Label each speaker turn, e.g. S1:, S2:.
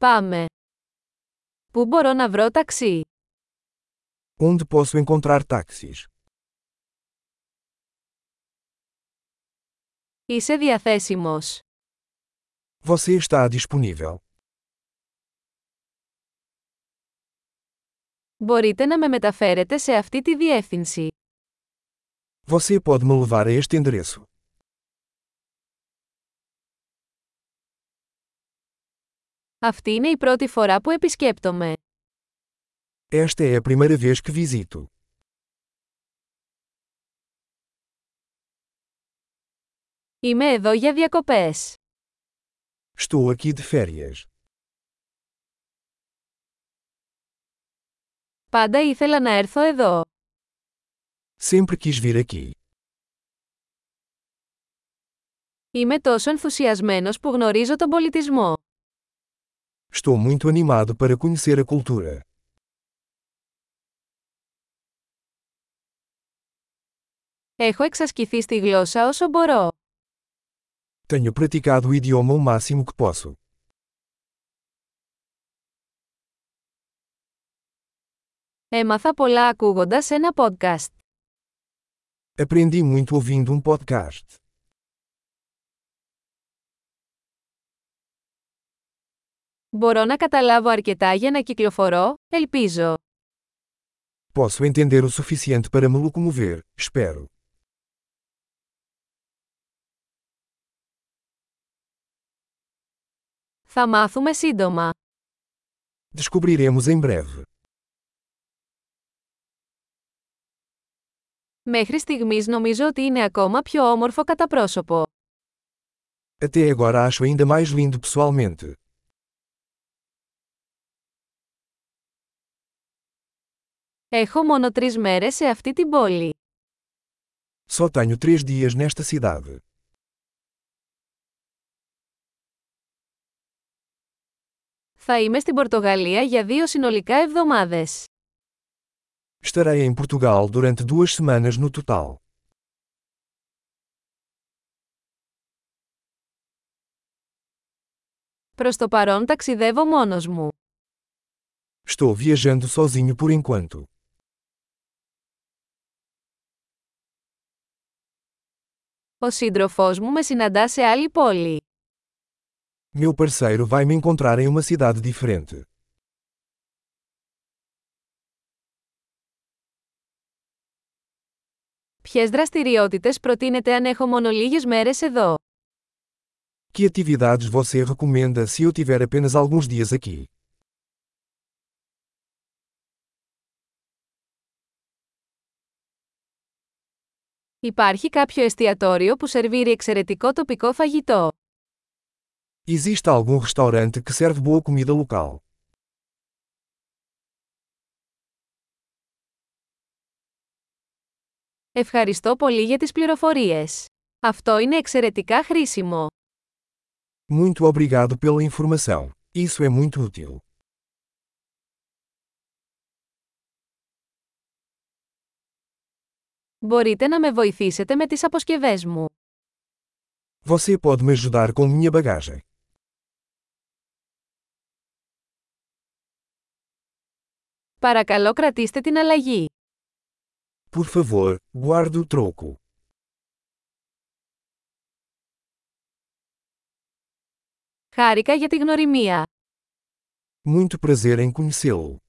S1: Πάμε. Πού μπορώ να βρω ταξί?
S2: Onde posso encontrar táxis?
S1: Είσαι διαθέσιμος.
S2: Você está disponível.
S1: Μπορείτε να με μεταφέρετε σε αυτή τη διεύθυνση.
S2: Você pode me levar a este endereço.
S1: Αυτή είναι η πρώτη φορά που επισκέπτομαι.
S2: Esta é a primeira vez que visito.
S1: Είμαι εδώ για διακοπές.
S2: Estou aqui de férias.
S1: Πάντα ήθελα να έρθω εδώ.
S2: Sempre quis vir aqui.
S1: Είμαι τόσο ενθουσιασμένος που γνωρίζω τον πολιτισμό.
S2: Estou muito animado para conhecer a cultura.
S1: Έχω εξασκηθεί στη γλώσσα όσο μπορώ.
S2: Tenho praticado o idioma o máximo que posso.
S1: Έμαθα πολλά ακούγοντας ένα podcast.
S2: Aprendi muito ouvindo um podcast.
S1: Μπορώ να καταλάβω αρκετά για να κυκλοφορώ, ελπίζω.
S2: Posso entender o suficiente para me locomover, espero.
S1: Θα μάθουμε σύντομα.
S2: Descobriremos em breve.
S1: Μέχρι στιγμής νομίζω ότι είναι ακόμα πιο όμορφο κατά πρόσωπο.
S2: Até agora acho ainda mais lindo pessoalmente.
S1: Έχω μόνο τρεις μέρες σε αυτή την πόλη.
S2: Só tenho três dias nesta cidade.
S1: Θα είμαι στην Πορτογαλία για δύο συνολικά εβδομάδες.
S2: Estarei em Portugal durante duas semanas no total.
S1: Προς το παρόν ταξιδεύω μόνος μου.
S2: Estou viajando sozinho por enquanto.
S1: Ο σύντροφός μου με συναντά σε άλλη πόλη.
S2: Meu parceiro vai me encontrar em uma cidade diferente.
S1: Ποιες δραστηριότητες προτείνετε αν έχω μόνο λίγες μέρες εδώ.
S2: Que atividades você recomenda se eu tiver apenas alguns dias aqui?
S1: Υπάρχει κάποιο εστιατόριο που σερβίρει εξαιρετικό τοπικό φαγητό.
S2: Existe algum restaurante que serve boa comida local?
S1: Ευχαριστώ πολύ για τις πληροφορίες. Αυτό είναι εξαιρετικά χρήσιμο.
S2: Muito obrigado pela informação. Isso é muito útil.
S1: Μπορείτε να με βοηθήσετε με τις αποσκευές μου.
S2: Você pode me ajudar com minha bagagem.
S1: Παρακαλώ κρατήστε την αλλαγή.
S2: Por favor, guarde o troco.
S1: Χάρηκα για τη γνωριμία.
S2: Muito prazer em conhecê-lo.